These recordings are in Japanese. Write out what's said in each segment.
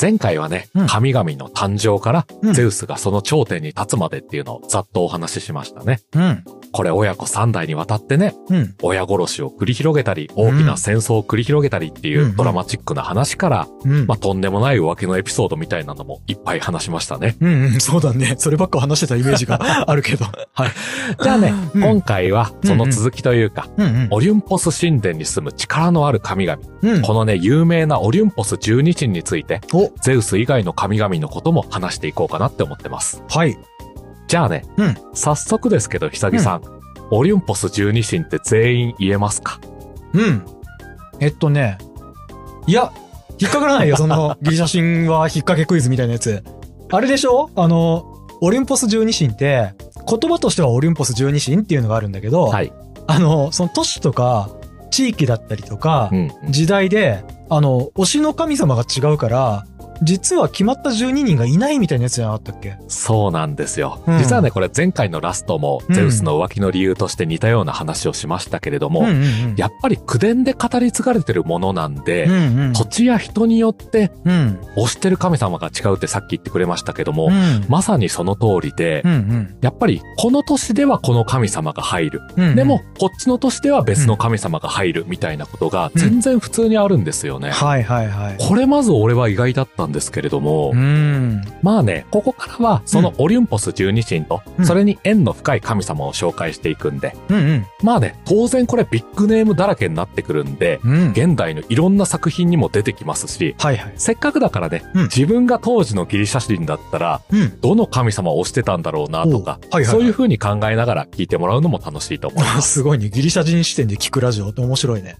前回はね、うん神々の誕生から、うんゼウスがその頂点に立つまでっていうのをざっとお話ししましたね。うん。これ親子三代にわたってね、うん。親殺しを繰り広げたり、大きな戦争を繰り広げたりっていうんううんドラマチックな話から、うんまあ、とんでもない浮気のエピソードみたいなのもいっぱい話しましたね。うん うん、そうだね。そればっか話してたイメー ジがあるけど。はい。じゃあね、うん今回はその続きというか、うんうん。オリュンポス神殿に住む力のある神々、うんこのね、有名なオリュンポス十二神について、お、ゼウス以外の神々のことも話していこうかなって思ってます。はい。じゃあね、うん早速ですけど、ひさぎさん、オリュンポス十二神って全員言えますかうん。えっとね。いや、引っかからないよ、そのギリシャ神話引っ掛けクイズみたいなやつ。あれでしょあの、オリンポス十二神って、言葉としてはオリンポス十二神っていうのがあるんだけど、はい。あの、その都市とか、地域だったりとか、うん。時代で、あの、推しの神様が違うから、実は決まった12人がいないみたいなやつじゃなかったっけそうなんですよ。うん実はね、これ前回のラストも、うんゼウスの浮気の理由として似たような話をしましたけれども、んうんやっぱり口伝で語り継がれてるものなんで、うんうん土地や人によってうん推してる神様が違うってさっき言ってくれましたけども、うんまさにその通りで、うんうんやっぱりこの年ではこの神様が入る。うんでも、こっちの年では別の神様が入るみたいなことが全然普通にあるんですよね。はいはいはいこれまず俺は意外だったんですけれども、うんまあね、ここからはそのオリュンポス十二神とう、んそれに縁の深い神様を紹介していくんで、うんうんまあね、当然これビッグネームだらけになってくるんで、うん現代のいろんな作品にも出てきますし、はいはいせっかくだからね、うん自分が当時のギリシャ人だったら、うんどの神様を推してたんだろうなとか、おはいはいはいそういう風に考えながら聞いてもらうのも楽しいと思います。 すごいねギリシャ人視点で聞くラジオって面白いね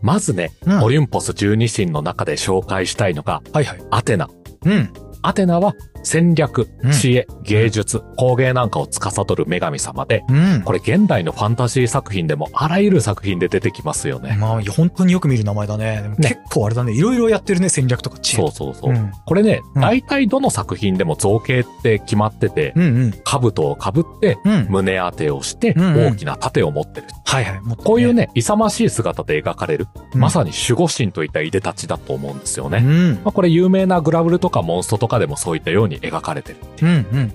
まずね、うんオはいリュンポス十二神の中で紹介したいのが、はいアテナ。うんアテナは戦略うん、知恵、芸術、工芸なんかを司る女神様で、うんこれ現代のファンタジー作品でもあらゆる作品で出てきますよね。まあ本当によく見る名前だねでもね結構あれだねいろいろやってるね戦略とか知恵そうそうそう。うんこれね、うん大体どの作品でも造形って決まってて、うんうん兜をかぶって、うん胸当てをして、うんうん大きな盾を持ってる。はいはいもこういうねね、勇ましい姿で描かれる、うんまさに守護神といったいでたちだと思うんですよね。うんまあ、これ有名なグラブルとかモンストとかでもそういったように描かれてる。うんうんうん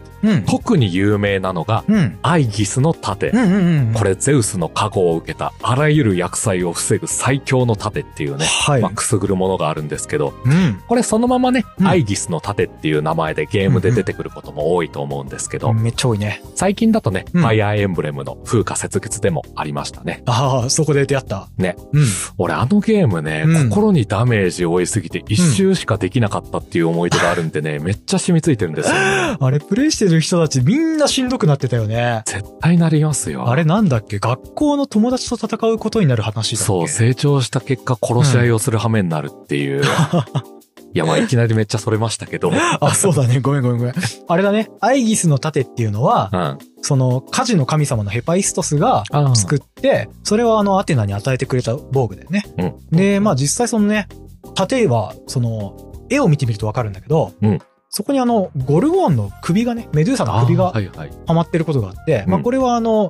特に有名なのが、うんアイギスの盾。うんうんうんこれゼウスの加護を受けたあらゆる厄災を防ぐ最強の盾っていうね、はいまあ、くすぐるものがあるんですけど、うんこれそのままね、うんアイギスの盾っていう名前でゲームで出てくることも多いと思うんですけど、めっちゃ多いね最近だとね、うんファイアーエンブレムの風化雪月でもありましたね。ああ、そこで出会った。ね。うん。俺あのゲームね、うん心にダメージを負いすぎて一周しかできなかったっていう思い出があるんでね、めっちゃ染みついてるんですよ、 ね。あれ、プレイしてる人たちみんなしんどくなってたよね。絶対なりますよ。あれなんだっけ学校の友達と戦うことになる話だっけそう、成長した結果殺し合いをする羽目になるって いう。いや、まあいきなりめっちゃそれましたけど。うあ、そうだね。ごめんごめんごめん。あれだね。アイギスの盾っていうのは、ん。その、火事の神様のヘパイストスがあ作って、それをあの、アテナに与えてくれた防具だよね。うん。で、まあ実際そのね、盾は、その、絵を見てみるとわかるんだけど、うんそこにあの、ゴルゴーンの首がね、メドゥーサの首ーがはいはい。ハマってることがあって、うまあ、んこれはあの、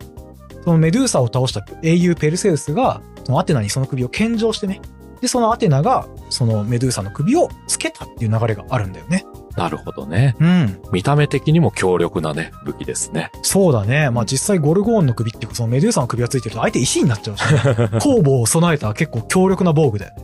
そのメドゥーサを倒した英雄ペルセウスが、そのアテナにその首を献上してね、で、そのアテナが、そのメドゥーサの首をつけたっていう流れがあるんだよね。なるほどね。うん。見た目的にも強力なね、武器ですね。そうだね。まあ、実際ゴルゴーンの首っていうか、そのメドゥーサの首がついてると相手石になっちゃうし、 ね、工房を備えた結構強力な防具だよね。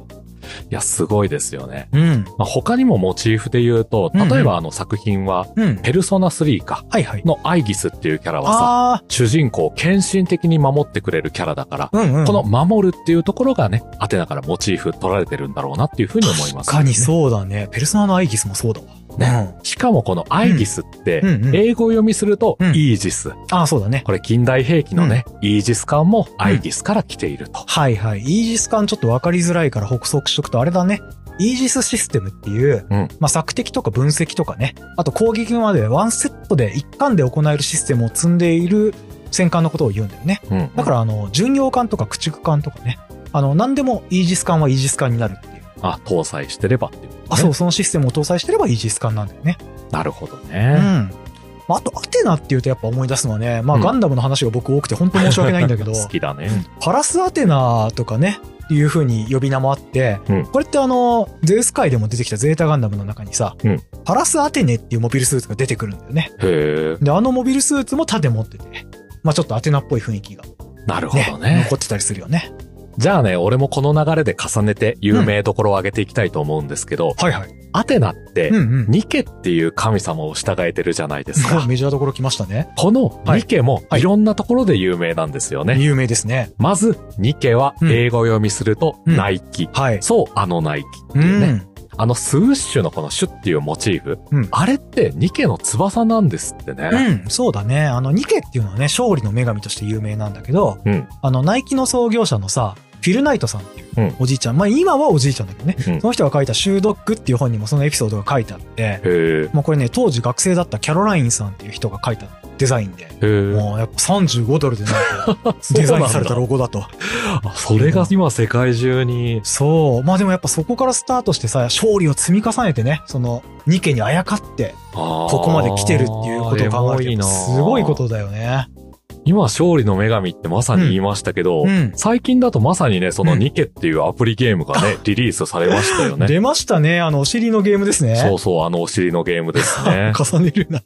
いや、すごいですよね。うん。まあ、他にもモチーフで言うと、うんうん例えばあの作品は、うん。ペルソナ3か、はいはい。のアイギスっていうキャラはさ、あ主人公を献身的に守ってくれるキャラだから、あ、うんうん。この守るっていうところがね、アテナからモチーフ取られてるんだろうなっていうふうに思います、確かにそうだね。ペルソナのアイギスもそうだわ。ねうんしかもこのアイギスって、うんうん英語読みすると、うんイージス。ああ、そうだね。これ近代兵器のね、イージス艦もアイギスから来ていると。はいはい。イージス艦ちょっと分かりづらいから補足しとくと、あれだね。イージスシステムっていう、うんまあ、索敵とか分析とかね、あと攻撃までワンセットで一貫で行えるシステムを積んでいる戦艦のことを言うんだよね。うんだから、あの、巡洋艦とか駆逐艦とかね、あの、何でもイージス艦はイージス艦になるっていう。あ、搭載してればっていうことね、あ、そう、そのシステムを搭載してればイージス艦なんだよね。なるほどうね。ん。まあ、あと、アテナっていうとやっぱ思い出すのはね、まあ、うん ガンダムの話が僕多くて本当申し訳ないんだけど、好きだね。パラスアテナとかね、いう風に呼び名もあって、うんこれってあの、ゼウス界でも出てきたゼータガンダムの中にさ、うんパラスアテネっていうモビルスーツが出てくるんだよね。へえ。で、あのモビルスーツも盾持ってて、まあちょっとアテナっぽい雰囲気が、なるほねどね。残ってたりするよね。じゃあね、俺もこの流れで重ねて有名どころを挙げていきたいと思うんですけど、はいはい。アテナってうん、うん。ニケっていう神様を従えてるじゃないですすごかい。メジャーどころ来ましたね。このニケもはいいろんなところで有名なんですよね。有名ですね。まず、ニケは英語読みすると、うんナイキ。はい。そう、あのナイキっていうね。あのスウッシュのこのシュっていうモチーフ。うんあれってニケの翼なんですってね。うん。うん、そうだね。あの、ニケっていうのはね、勝利の女神として有名なんだけど、うんあの、ナイキの創業者のさ、フィルナイトさんっていううんおじいちゃん、まあ今はおじいちゃんだけどね、うんその人が書いた「シュードック」っていう本にもそのエピソードが書いてあって、へえ。もうこれね、当時学生だったキャロラインさんっていう人が書いたデザインで、へえ。もうやっぱ35ドル でなんかデザインされたロゴだと。あそれが今世界中に。そう。まあでもやっぱそこからスタートしてさ、勝利を積み重ねてね、その2家にあやかって、こここまで来てるっていうことを考えると、すごいことだよね。今、勝利の女神ってまさに言いましたけど、うん。最近だとまさにね、そのうんニケっていうアプリゲームがね、リリースされましたよね。出ましたね、あの、お尻のゲームですね。。そうそう、あのお尻のゲームですね重ねるな。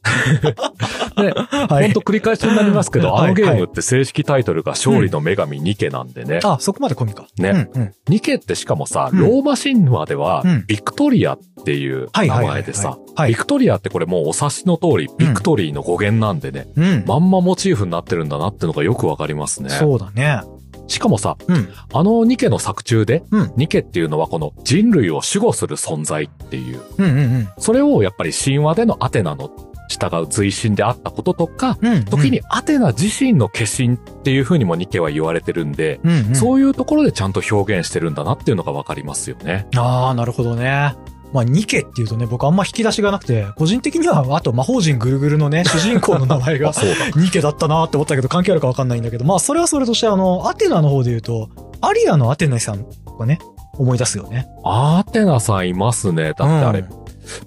で、 はほんいと。繰り返しになりますけど、はいあのゲームって正式タイトルが勝利の女神ニケなんでね。あ、そこまで込みか。ねうんうん。ニケってしかもさ、うんローマ神話ではうん、ビクトリアっていうはい名はいはいはい。前でさ、はいビ。クトリアってこれもうお察しの通り、ビクトリーの語源なんでね、うん。まんまモチーフになってるんだなってのがよくわかりますね。そうだね。しかもさ、うん。あのニケの作中で、うんニケっていうのはこの人類を守護する存在っていう、うんうんそれをやっぱり神話でのアテナの従う随神であったこととか、うん。うん。時にアテナ自身の化身っていう風にもニケは言われてるんで、うん、うんうん。そういうところでちゃんと表現してるんだなっていうのがわかりますよね。ああ、なるほどね。まあ、ニケっていうとね、僕あんま引き出しがなくて、個人的には、あと魔法陣ぐるぐるの ね、主人公の名前があ、そうだ。ニケだったなって思ったけど、関係あるかわかんないんだけど、まあ、それはそれとして、あの、アテナの方で言うと、アリアのアテナさんがね、思い出すよね。アテナさんいますね。だってあれ、うん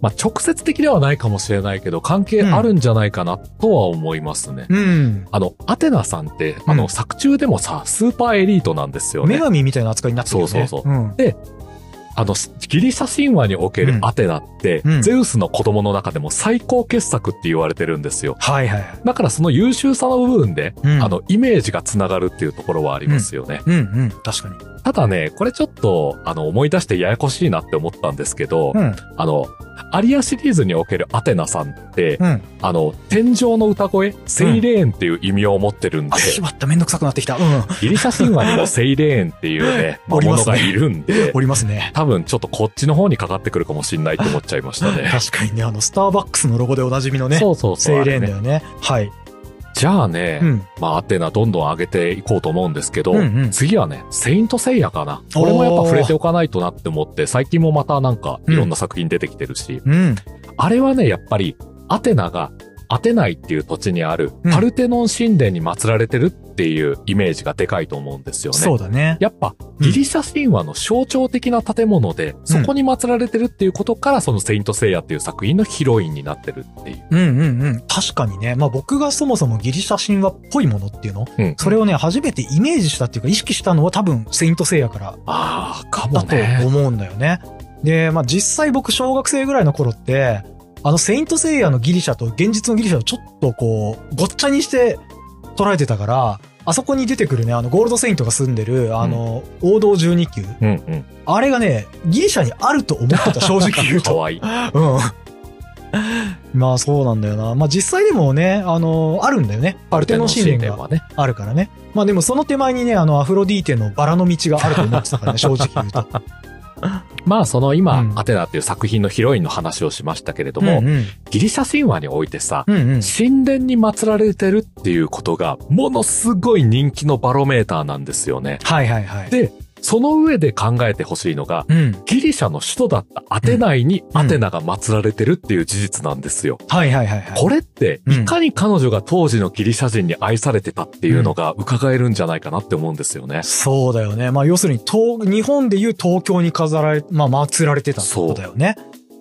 まあ、直接的ではないかもしれないけど、関係あるんじゃないかなとは思いますね。うん。あの、アテナさんって、あの、うん作中でもさ、スーパーエリートなんですよね女。神みたいな扱いになってるよね。そうそうそうん。あの、ギリシャ神話におけうるんアテナって、うんゼウスの子供の中でも最高傑作って言われてるんですよ。はいはいはい。だからその優秀さの部分で、うんあ、の、イメージがつながるっていうところはありますよね。うんうん、確かに。ただね、これちょっと、あの、思い出してややこしいなって思ったんですけど、うん、あの、アリアシリーズにおけるアテナさんって、うん。あの、天上の歌声、セイレーンっていう意味を持ってるんであ、、しまった、めんどくさくなってきた。うん。 ギリシャ神話にもセイレーンっていうね、魔おりま物すねがいるんで、 おりますね。多分ちょっとこっちの方にかかってくるかもしんないと思っちゃいました ね。確かにね、あの、スターバックスのロゴでおなじみのね、そうそうそう。セイレーンだあれねよね。はい。じゃあね、うん。まあ、アテナどんどん上げていこうと思うんですけど、うんうん次はね、セイントセイヤかな。おーこれもやっぱ触れておかないとなって思って、最近もまたなんかいろんな作品出てきてるし、うん。あれはね、やっぱり、アテナが、アテナイっていう土地にあるうん、パルテノン神殿に祀られてるっていうイメージがでかいと思うんですよね。そうだね。やっぱ、うんギリシャ神話の象徴的な建物で、そこに祀られてるっていうことから、そのセイントセイヤっていう作品のヒロインになってるっていう。うんうんうん。確かにね。まあ僕がそもそもギリシャ神話っぽいものっていうの、うんそれをね、初めてイメージしたっていうか、意識したのは多分、セイントセイヤからああ、かもだとね。思うんだよね。で、まあ実際僕、小学生ぐらいの頃って、あの、セイントセイヤのギリシャと現実のギリシャをちょっとこう、ごっちゃにして捉えてたから、あそこに出てくるね、あの、ゴールドセイントが住んでる、あの、王道12級。うんうん。あれがね、ギリシャにあると思 ってた、正直言うとか。わいい。うん。まあそうなんだよな。まあ実際でもね、あの、あるんだよね。パルテノン神殿がはね。あるからね。まあでもその手前にね、あの、アフロディーテのバラの道があると思ってたからね、正直言うと。まあその今、うんアテナっていう作品のヒロインの話をしましたけれども、うんうん。ギリシャ神話においてさ、うんうん。神殿に祀られてるっていうことが、ものすごい人気のバロメーターなんですよね。はいはいはい。で、その上で考えてほしいのが、うん。ギリシャの首都だったアテナイにアテナが祀られてるっていう事実なんですよ。はいはいはいはい。これって、うんいかに彼女が当時のギリシャ人に愛されてたっていうのが伺えるんじゃないかなって思うんですよね。そうだよね。まあ要するに東、日本でいう東京に飾られ、まあ祀られてたってことだよね。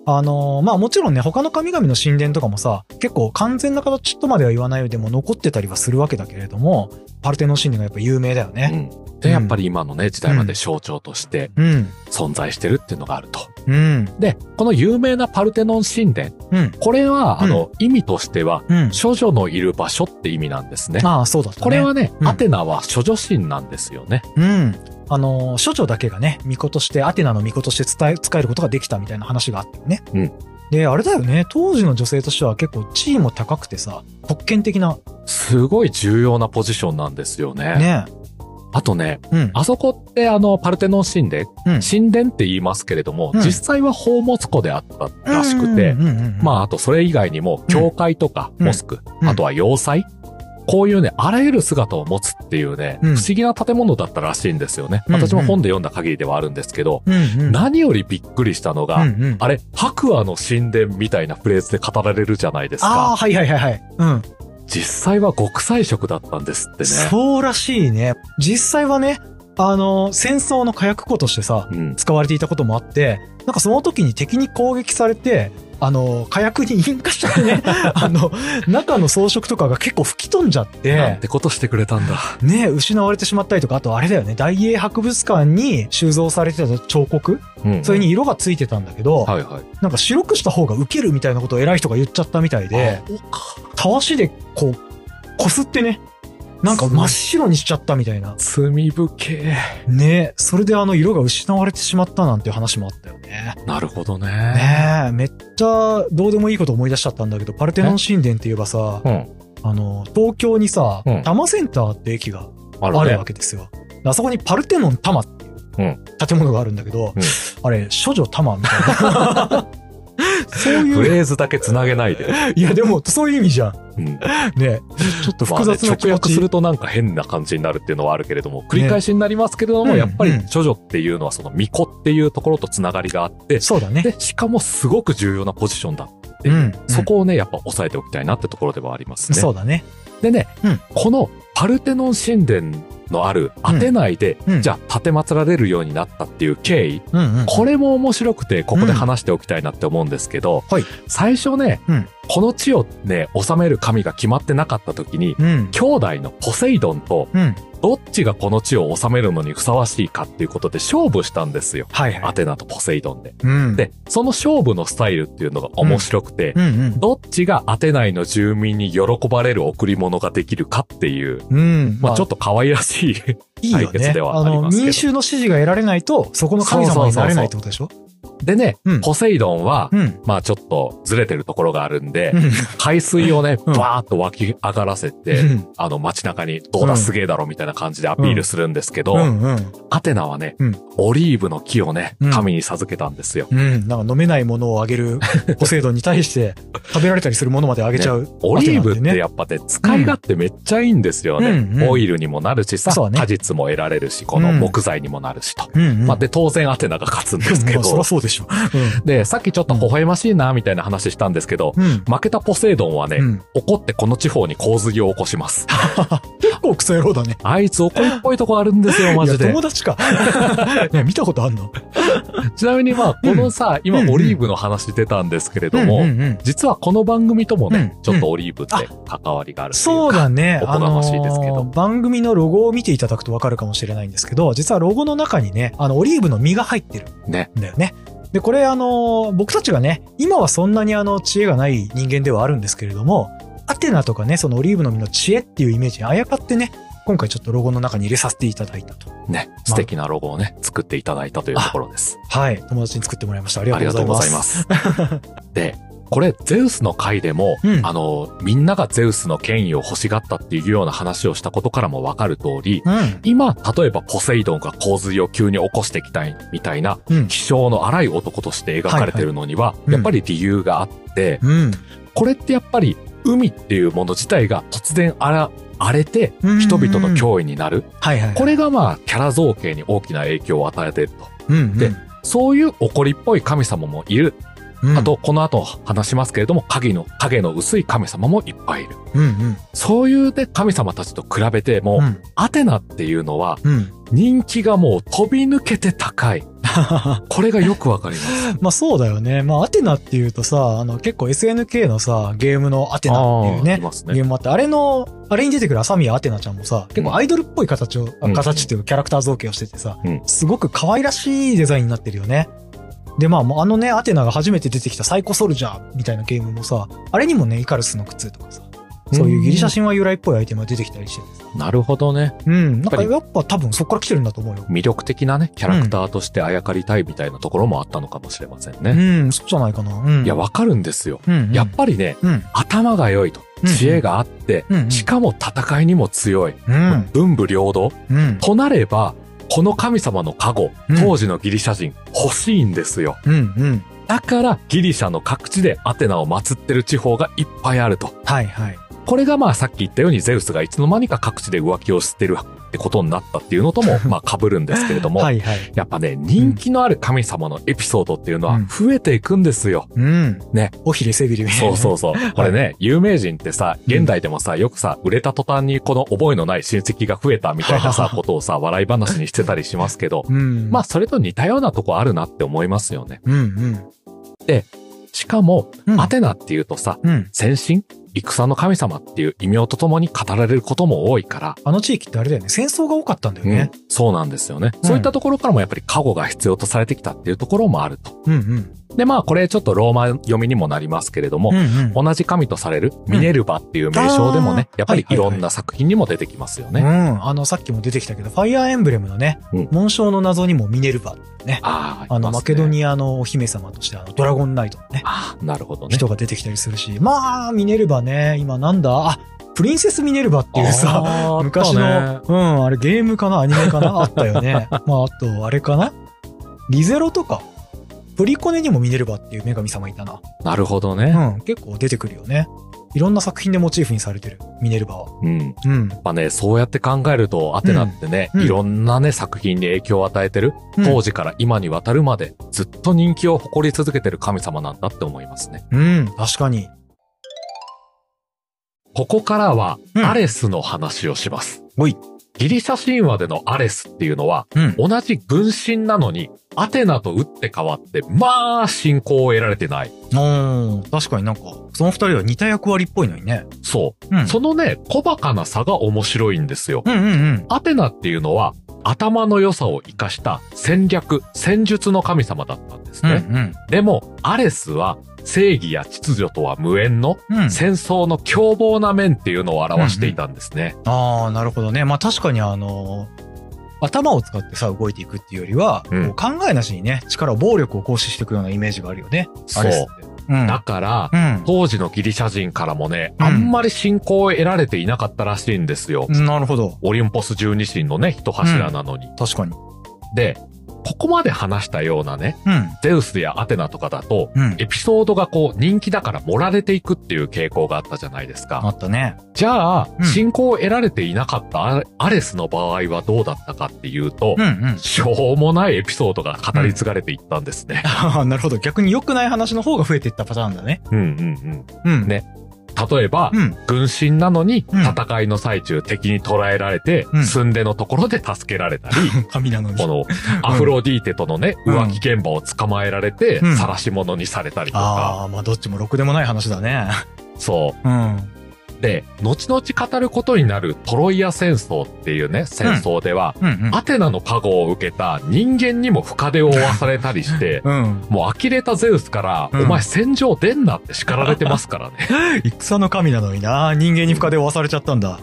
あのーまあもちろんね、他の神々の神殿とかもさ、結構完全な形とまでは言わないでも残ってたりはするわけだけれども、パルテノン神殿がやっぱ有名だよね。うん、で、やっぱり今のね、時代まで象徴としてうん、存在してるっていうのがあると。うん、で、この有名なパルテノン神殿、うん、これは、あの、意味としては、うん。処女のいる場所って意味なんですね。ああ、そうだったね。これはね、うんアテナは処女神なんですよね。うん。あのー、処女だけがね、巫女として、アテナの巫女として伝え、使えることができたみたいな話があったよね。うんで、あれだよね、当時の女性としては結構地位も高くてさ、特権的な、すごい重要なポジションなんですよね。ね。あとね、うん。あそこってあの、パルテノン神殿、うん神殿って言いますけれども、うん実際は宝物庫であったらしくて、うんうんうんうんまあ、あとそれ以外にも、教会とかうんモスク、うんあとは要塞、こういうね、あらゆる姿を持つっていうね、うん不思議な建物だったらしいんですよね。うんうん私も本で読んだ限りではあるんですけど、うんうん、何よりびっくりしたのが、うんうんあれ、白亜の神殿みたいなフレーズで語られるじゃないですあか。あ、はいはいはいはい。うん。実際は極彩色だったんですってね。そうらしいね。実際はね、あの、戦争の火薬庫としてさ、うん。使われていたこともあって、なんかその時に敵に攻撃されて、あの、火薬に引火しちゃって ね、あの、中の装飾とかが結構吹き飛んじゃっなんて、てことしてくれた んだ。ね、失われてしまったりとか、あとあれだよね、大英博物館に収蔵されてた彫刻、うんそれに色がついてたんだけど、はいはい。なんか白くした方がウケるみたいなことを偉い人が言っちゃったみたいで、おかたわしでこう、こすってね、なんか真っ白にしちゃったみたいな。罪深え。ねそれであの色が失われてしまったなんていう話もあったよね。なるほどね。ねえ、めっちゃどうでもいいこと思い出しちゃったんだけど、パルテノン神殿って言えばさ、うん。あの、東京にさ、うん多摩センターって駅がああるるねわ。けですよ。あそこにパルテノン多摩っていう建物があるんだけど、うんあれ、処女多摩みたい な。そうフいう、レーズだけ繋げないで。いやでもそういう意味じゃん。 うん。ねちょっと複雑まあなね気直持訳ち。するとなんか変な感じになるっていうのはあるけれども、繰り返しになりますけれども、ねやっぱりうんうん処女っていうのはその巫女っていうところと繋がりがあって、そうだね。で、しかもすごく重要なポジションだっていう、うんそこをね、やっぱ押さえておきたいなってところではありますね。そうだね。でね、うんこのパルテノン神殿のあるアテナイで、うんうんじゃあ建てまつられるようになったっていう経緯、うんうん。これも面白くて、ここで話しておきたいなって思うんですけど、はい最初ね、うんこの地をね、治める神が決まってなかった時に、うん。兄弟のポセイドンとうん。どっちがこの地を治めるのにふさわしいかっていうことで勝負したんですよ。はいはアテナとポセイドンで。い。うん。で、その勝負のスタイルっていうのが面白くて、うんうん。どっちがアテナイの住民に喜ばれる贈り物ができるかっていう、うん。まあちょっと可愛らしい。 いいよ対決ね。ではあありの、ますけど民衆の支持が得られないと、そこの神様になれないってことでしょでね、うんポセイドンは、うん。まあちょっとずれてるところがあるんで、うん海水をね、うんバーっと湧き上がらせて、うんあの街中にどうだすげえだろみたいな感じでアピールするんですけど、うんうん。アテナはね、うんオリーブの木をねうん、神に授けたんですよ。うん。なんか飲めないものをあげるポセイドンに対して、食べられたりするものまであげちゃう。オリーブっアテナっててねやっぱね、使い勝手めっちゃいいんですよね。うんうんオイルにもなるしさ、そうね果実も得られるし、この木材にもなるしと。うん、うん。まあ、で、当然アテナが勝つんですけまあそりゃど、そうでしょ。で、さっきちょっと微笑ましいな、みたいな話したんですけど、うん。うん。負けたポセイドンはね、うん怒ってこの地方に洪水を起こします。結構クソ野郎だね。あいつ怒りっぽいとこあるんですよ、マジいやで友。達 か。ね、見たことあんのちなみにまあ、このさ、今うんうんオリーブの話出たんですけれども、うんうんうん実はこの番組ともね、うんちょっとオリーブって関わりがあるっていうかそうだね。おこがましいですけどあのー番組のロゴを見ていただくとわかるかもしれないんですけど、実はロゴの中にね、あの、オリーブの実が入ってるね。んだよね。で、これあのー、僕たちがね、今はそんなにあの、知恵がない人間ではあるんですけれども、アテナとかね、そのオリーブの実の知恵っていうイメージにあやかってね、今回ちょっとロゴの中に入れさせていただいたと。ね、素敵なロゴをね、作っていただいたというところです。はい。友達に作ってもらいました。ありあがとりうがとうごござざいいま。ますす。 で、これ、ゼウスの回でも、うんあの、みんながゼウスの権威を欲しがったっていうような話をしたことからもわかる通り、今、例えばポセイドンが洪水を急に起こしてきたいみたいな、うん。うん。気性の荒い男として描かれてるのには、いうんやっぱり理由があって、うん。これってやっぱり海っていうもの自体が突然荒荒れてうん人々の脅威になる。はいはい。これがまあキャラ造形に大きな影響を与えていると。うんうん、でそういう怒りっぽい神様もいる。うんあ、と、この後話しますけれども、影の、影の薄い神様もいっぱいいる。うんうん。そういうね、神様たちと比べても、うんアテナっていうのはうん。 人気がもう飛び抜けて高い。これがよくわかります。まあそうだよね。まあアテナっていうとさ、あの結構 SNK のさ、ゲームのアテナっていうあーねい、ますゲね。ームあって、あれの、あれに出てくる朝宮アテナちゃんもさ、結構アイドルっぽい形を、あうん形っていうキャラクター造形をしててさ、うんすごく可愛らしいデザインになってるよね。で、まあ、もうあのね、アテナが初めて出てきたサイコソルジャーみたいなゲームもさ、あれにもね、イカルスの靴とかさ、そういうギリシャ神話由来っぽいアイテムが出てきたりしててさ。なるほどね。うん、なんぱかりやっぱ多分そこから来てるんだと思うよ。魅力的なね、キャラクターとしてあやかりたいみたいなところもあったのかもしれませんうね。ん、そうじゃないかな。うん。いや、わかるんですよ。うんうん、やっぱりね、うん、頭が良いとうん。知恵があって、うんうんしかも戦いにも強い。うん、文武両道。うん、となれば、この神様の加護うん、当時のギリシャ人、欲しいんですよ。うん、うん。だから、ギリシャの各地でアテナを祀ってる地方がいっぱいあると。はい、はい。これがまあさっき言ったようにゼウスがいつの間にか各地で浮気をしてるってことになったっていうのと もまあ被るんですけれども、はい、はい。やっぱね、人気のある神様のエピソードっていうのはうん増えていくんですよ。うん。ね。おひれ背びれみたいな。そうそうそう。これね、有名人ってさ、現代でもさ、よくさ、売れた途端にこの覚えのない親戚が増えたみたいな さ、ことをさ、笑い話にしてたりしますけど、うん。まあそれと似たようなとこあるなって思いますよね。うんうん。しかも、うんアテナっていうとさ、うん。先進戦の神様っていう異名とともに語られることも多いから、あの地域ってあれだよね。戦争が多かったんだよね。うんそうなんですよね、うんそういったところからもやっぱり加護が必要とされてきたっていうところもあると。うんうん。で、まあこれちょっとローマ読みにもなりますけれども、うんうん。同じ神とされるミネルヴァっていう名称でもね、あーやっぱりはいいはいはいろんな作品にも出てきますよね。うん。あの、さっきも出てきたけど、ファイアーエンブレムのね、うん紋章の謎にもミネルヴァ。あーあの、いますねマケドニアのお姫様として、あの、ドラゴンナイトのね、あーなるほどね。人が出てきたりするし、まあ、ミネルヴァね、今なんだあ、プリンセスミネルヴァっていうさ、あー昔の、、うん、あれゲームかなアニメか なあったよね。まあ、あと、あれかなリゼロとか、プリコネにもミネルヴァっていう女神様いたな。なるほどね。うん、結構出てくるよね。いろんな作品でモチーフにされてる、ミネルヴァは。うん。やうん。っぱね、そうやって考えると、アテナってね、うんうんいろんなね、作品に影響を与えてる、当時から今にわたるまで、ずっと人気を誇り続けてる神様なんだって思いますね。うん、うん、確かに。ここからは、うんアレスの話をします。ほいギリシャ神話でのアレスっていうのは、うん。同じ軍神なのに、アテナと打って変わって、まあ、信仰を得られてない。おー確かになんか、その二人は似た役割っぽいのにね。そう。うんそのね、小馬鹿な差が面白いんですよ。うんうんうん。アテナっていうのは、頭の良さを生かした戦略、戦術の神様だったんですうんね。でも、アレスは、正義や秩序とは無縁の、うん。うん、戦争の凶暴な面っていうのを表していたんですね。ああ、なるほどね。まあ確かにあの、頭を使ってさ、動いていくっていうよりは、うんこう考えなしにね、力を、暴力を行使していくようなイメージがあるよね。そあれっすう。って。うん。だから、う当時のギリシャ人からもね、うんあんまり信仰を得られていなかったらしいんですよ。ん。なるほど。オリンポス十二神のね、一柱なのに。確かに。で、ここまで話したようなね、うん。ゼウスやアテナとかだと、うん。エピソードがこう人気だから盛られていくっていう傾向があったじゃないですあか。ったね。じゃあう、ん信仰を得られていなかったアレアレスの場合はどうだったかっていうとうん、うん。しょうもないエピソードが語り継がれていったんですね。ああ、 なるほど。逆に良くない話の方が増えていったパターンだね。うんうんうん。ねうん。例えば、うん。軍神なのに、うん戦いの最中敵に捕らえられて、うん寸出のところで助けられたり、神なのに。このアフロディーテとのね、うん浮気現場を捕まえられてうん、晒し者にされたりとか、ああ、まあどっちもろくでもない話だね。そうん。う。で、後々語ることになるトロイア戦争っていうね、戦争では、うんうん。アテナの加護を受けた人間にも深手を負わされたりして、うん。もう呆れたゼウスから、うんお前戦場出んなって叱られてますからね。戦の神なのにな、人間に深手を負わされちゃったんだ。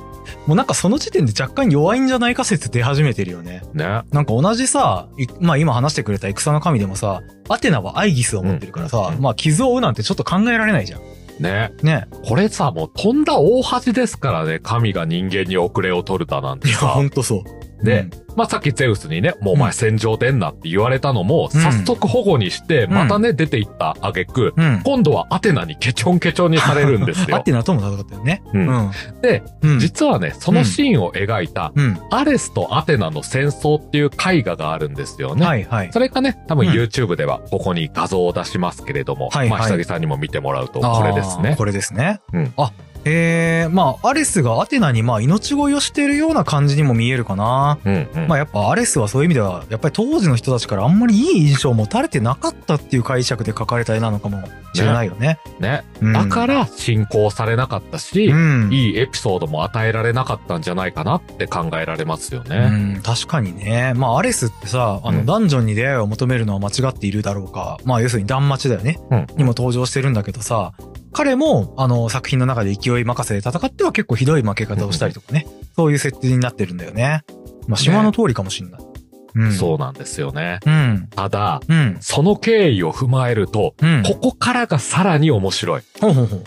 もうなんかその時点で若干弱いんじゃないか説出始めてるよ ね。ね。なんか同じさ、いまあ今話してくれた戦の神でもさ、アテナはアイギスを持ってるからさ、うんまあ傷を負うなんてちょっと考えられないじゃん。ね。ね。これさ、もう飛んだ大恥ですからね、神が人間に遅れを取るだなんていや、さほ。んとそう。で、まあ、さっきゼウスにね、もうお前戦場出んなって言われたのも、うん早速保護にして、んまたね、出ていった挙句、うん。うん。今度はアテナにケチョンケチョンにされるんですアよ。テナとも戦ったよね。うんうん。で、うん。実はね、そのシーンを描いた、うん。アレスとアテナの戦争っていう絵画があるんですよね。はいはい。それかね、多分うん YouTube ではここに画像を出しますけれども、はいはいまあ、久々にも見てもらうと、これですあーね。これですね。うんあ、えー、まあ、アレスがアテナにまあ命乞いをしてるような感じにも見えるかな。うんうんまあやっぱアレスはそういう意味では、やっぱり当時の人たちからあんまりいい印象を持たれてなかったっていう解釈で書かれた絵なのかもしれないよね。ね。うんだから信仰されなかったし、うん、いいエピソードも与えられなかったんじゃないかなって考えられますよね。うん、確かにね。まあ、アレスってさ、あうの、んダンジョンに出会いを求めるのは間違っているだろうか。まあ、要するに、断末だよね。うんにも登場してるんだけどさ、彼も、あの、作品の中で勢い任せで戦っては結構ひどい負け方をしたりとかね。そういう設定になってるんだよね。まあ、島の通りかもしんない。うん。そうなんですよね。う。うん。ただ、うん。その経緯を踏まえると、うん。ここからがさらに面白い。ほうほうほう。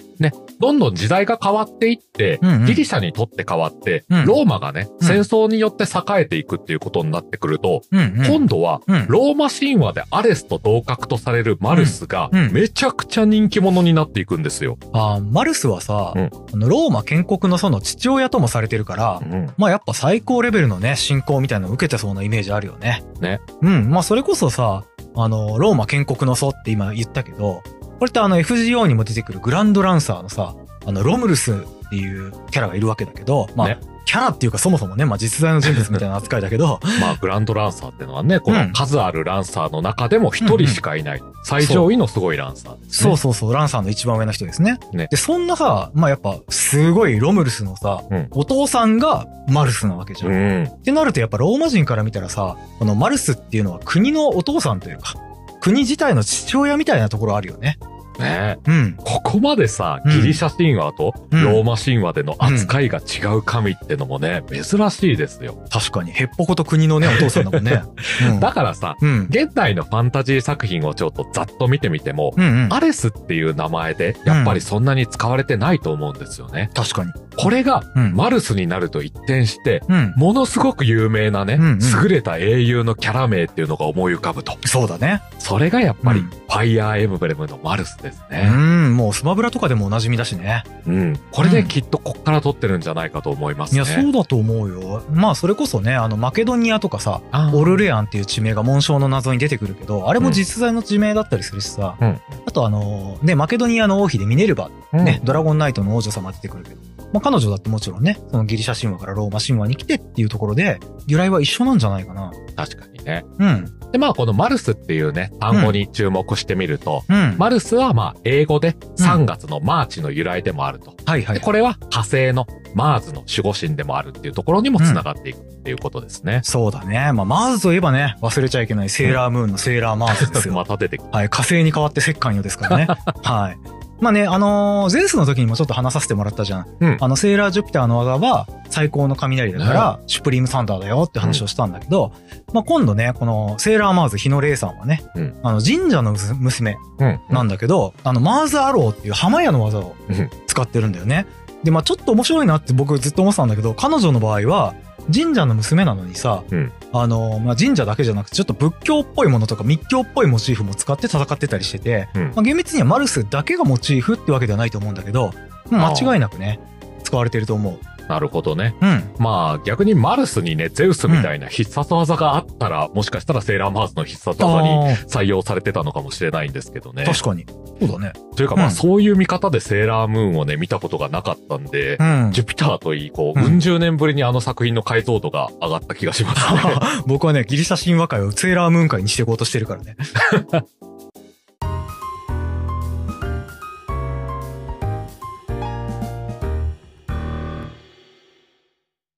どんどん時代が変わっていって、うんうんギリシャにとって変わって、うんローマがね、うん戦争によって栄えていくっていうことになってくると、うん、うん。今度は、うん。ローマ神話でアレスと同格とされるマルスがうんうん、めちゃくちゃ人気者になっていくんですよ。あーマルスはさ、うんあのローマ建国のその父親ともされてるから、まあやっぱ最高レベルのね、信仰みたいなの受けてそうなイメージあるよね。ね。うん。まあそれこそさ、あの、ローマ建国の祖って今言ったけど、これってあの FGO にも出てくるグランドランサーのさ、あの、ロムルスっていうキャラがいるわけだけど、まあ、ねキャラっていうかそもそもね、まあ実在の人物みたいな扱いだけど、まあ、グランドランサーってのはね、こうのん数あるランサーの中でも一人しかいない、最上位のすごいランサーです、ね。そうそうそう、ランサーの一番上の人ですね。ねで、そんなさ、まあやっぱすごいロムルスのさ、うんお父さんがマルスなわけじゃん。うん。ってなるとやっぱローマ人から見たらさこのマルスっていうのは国のお父さんというか国自体の父親みたいなところあるよね。ねうん。ここまでさ、うんギリシャ神話とうんローマ神話での扱いが違う神ってのもね、珍しいですよ。確かに。へっぽこと国 のね、お父さんだもんね。うんだからさ、うん。現代のファンタジー作品をちょっとざっと見てみても、うんうん。アレスっていう名前で、やっぱりそんなに使われてないと思うんですよね。確かに。これが、うん。マルスになると一転して、うん。ものすごく有名なね、うんうん優れた英雄のキャラ名っていうのが思い浮かぶと。そうだね。それがやっぱり、うんファイヤーエムブレムのマルスですうね。ん。もうスマブラとかでもおなじみだしね。うん。これうでんきっとこっから撮ってるんじゃないかと思いますいね。や、そうだと思うよ。まあ、それこそね、あの、マケドニアとかさ、あーオルレアンっていう地名が紋章の謎に出てくるけど、あれも実在の地名だったりするしさ、うんあとあの、ね、マケドニアの王妃でミネルヴァうんね、ドラゴンナイトの王女様出てくるけど、まあ、彼女だってもちろんね、そのギリシャ神話からローマ神話に来てっていうところで、由来は一緒なんじゃないかな。確かにね。うん、で、まあ、このマルスっていうね、単語に注目してみると、うん。マルスはまあ、英語で3月のマーチの由来でもあると。はいはでい。これは派生のマーズの守護神でもあるっていうところにもつながっていくっていうことですね。そうだね。まあ、マーズといえばね、忘れちゃいけないセーラームーンのセーラーマーズですよ。 また出てきた。はい、火星に変わって石灰よですか らね。はい。まあね、あのーゼウスの時にもちょっと話させてもらったじゃん。うんあの、セーラージュピターの技は最高の雷だから、シュプリームサンダーだよって話をしたんだけど、まあ今度ね、このセーラーマーズ日野レイさんはね、うんあの、神社の娘、うんなんだけど、あの、マーズアローっていう浜屋の技をうん使ってるんだよね。で、まあちょっと面白いなって僕ずっと思ってたんだけど、彼女の場合は、神社の娘なのにさ、うんあの、まあ、神社だけじゃなくて、ちょっと仏教っぽいものとか密教っぽいモチーフも使って戦ってたりしてて、うんまあ、厳密にはマルスだけがモチーフってわけではないと思うんだけど、まあ間違いなくね、使われてると思う。なるほどね。うん。まあ逆にマルスにね、ゼウスみたいな必殺技があったら、もしかしたらセーラーマーズの必殺技にあー採用されてたのかもしれないんですけどね。確かに。そうだね。というかまうあんそういう見方でセーラームーンをね、見たことがなかったんで、うん。ジュピターといい、こう、うんうん十年ぶりにあの作品の解像度が上 がった気がしますね。僕はね、ギリシャ神話界をセーラームーン界にしていこうとしてるからね。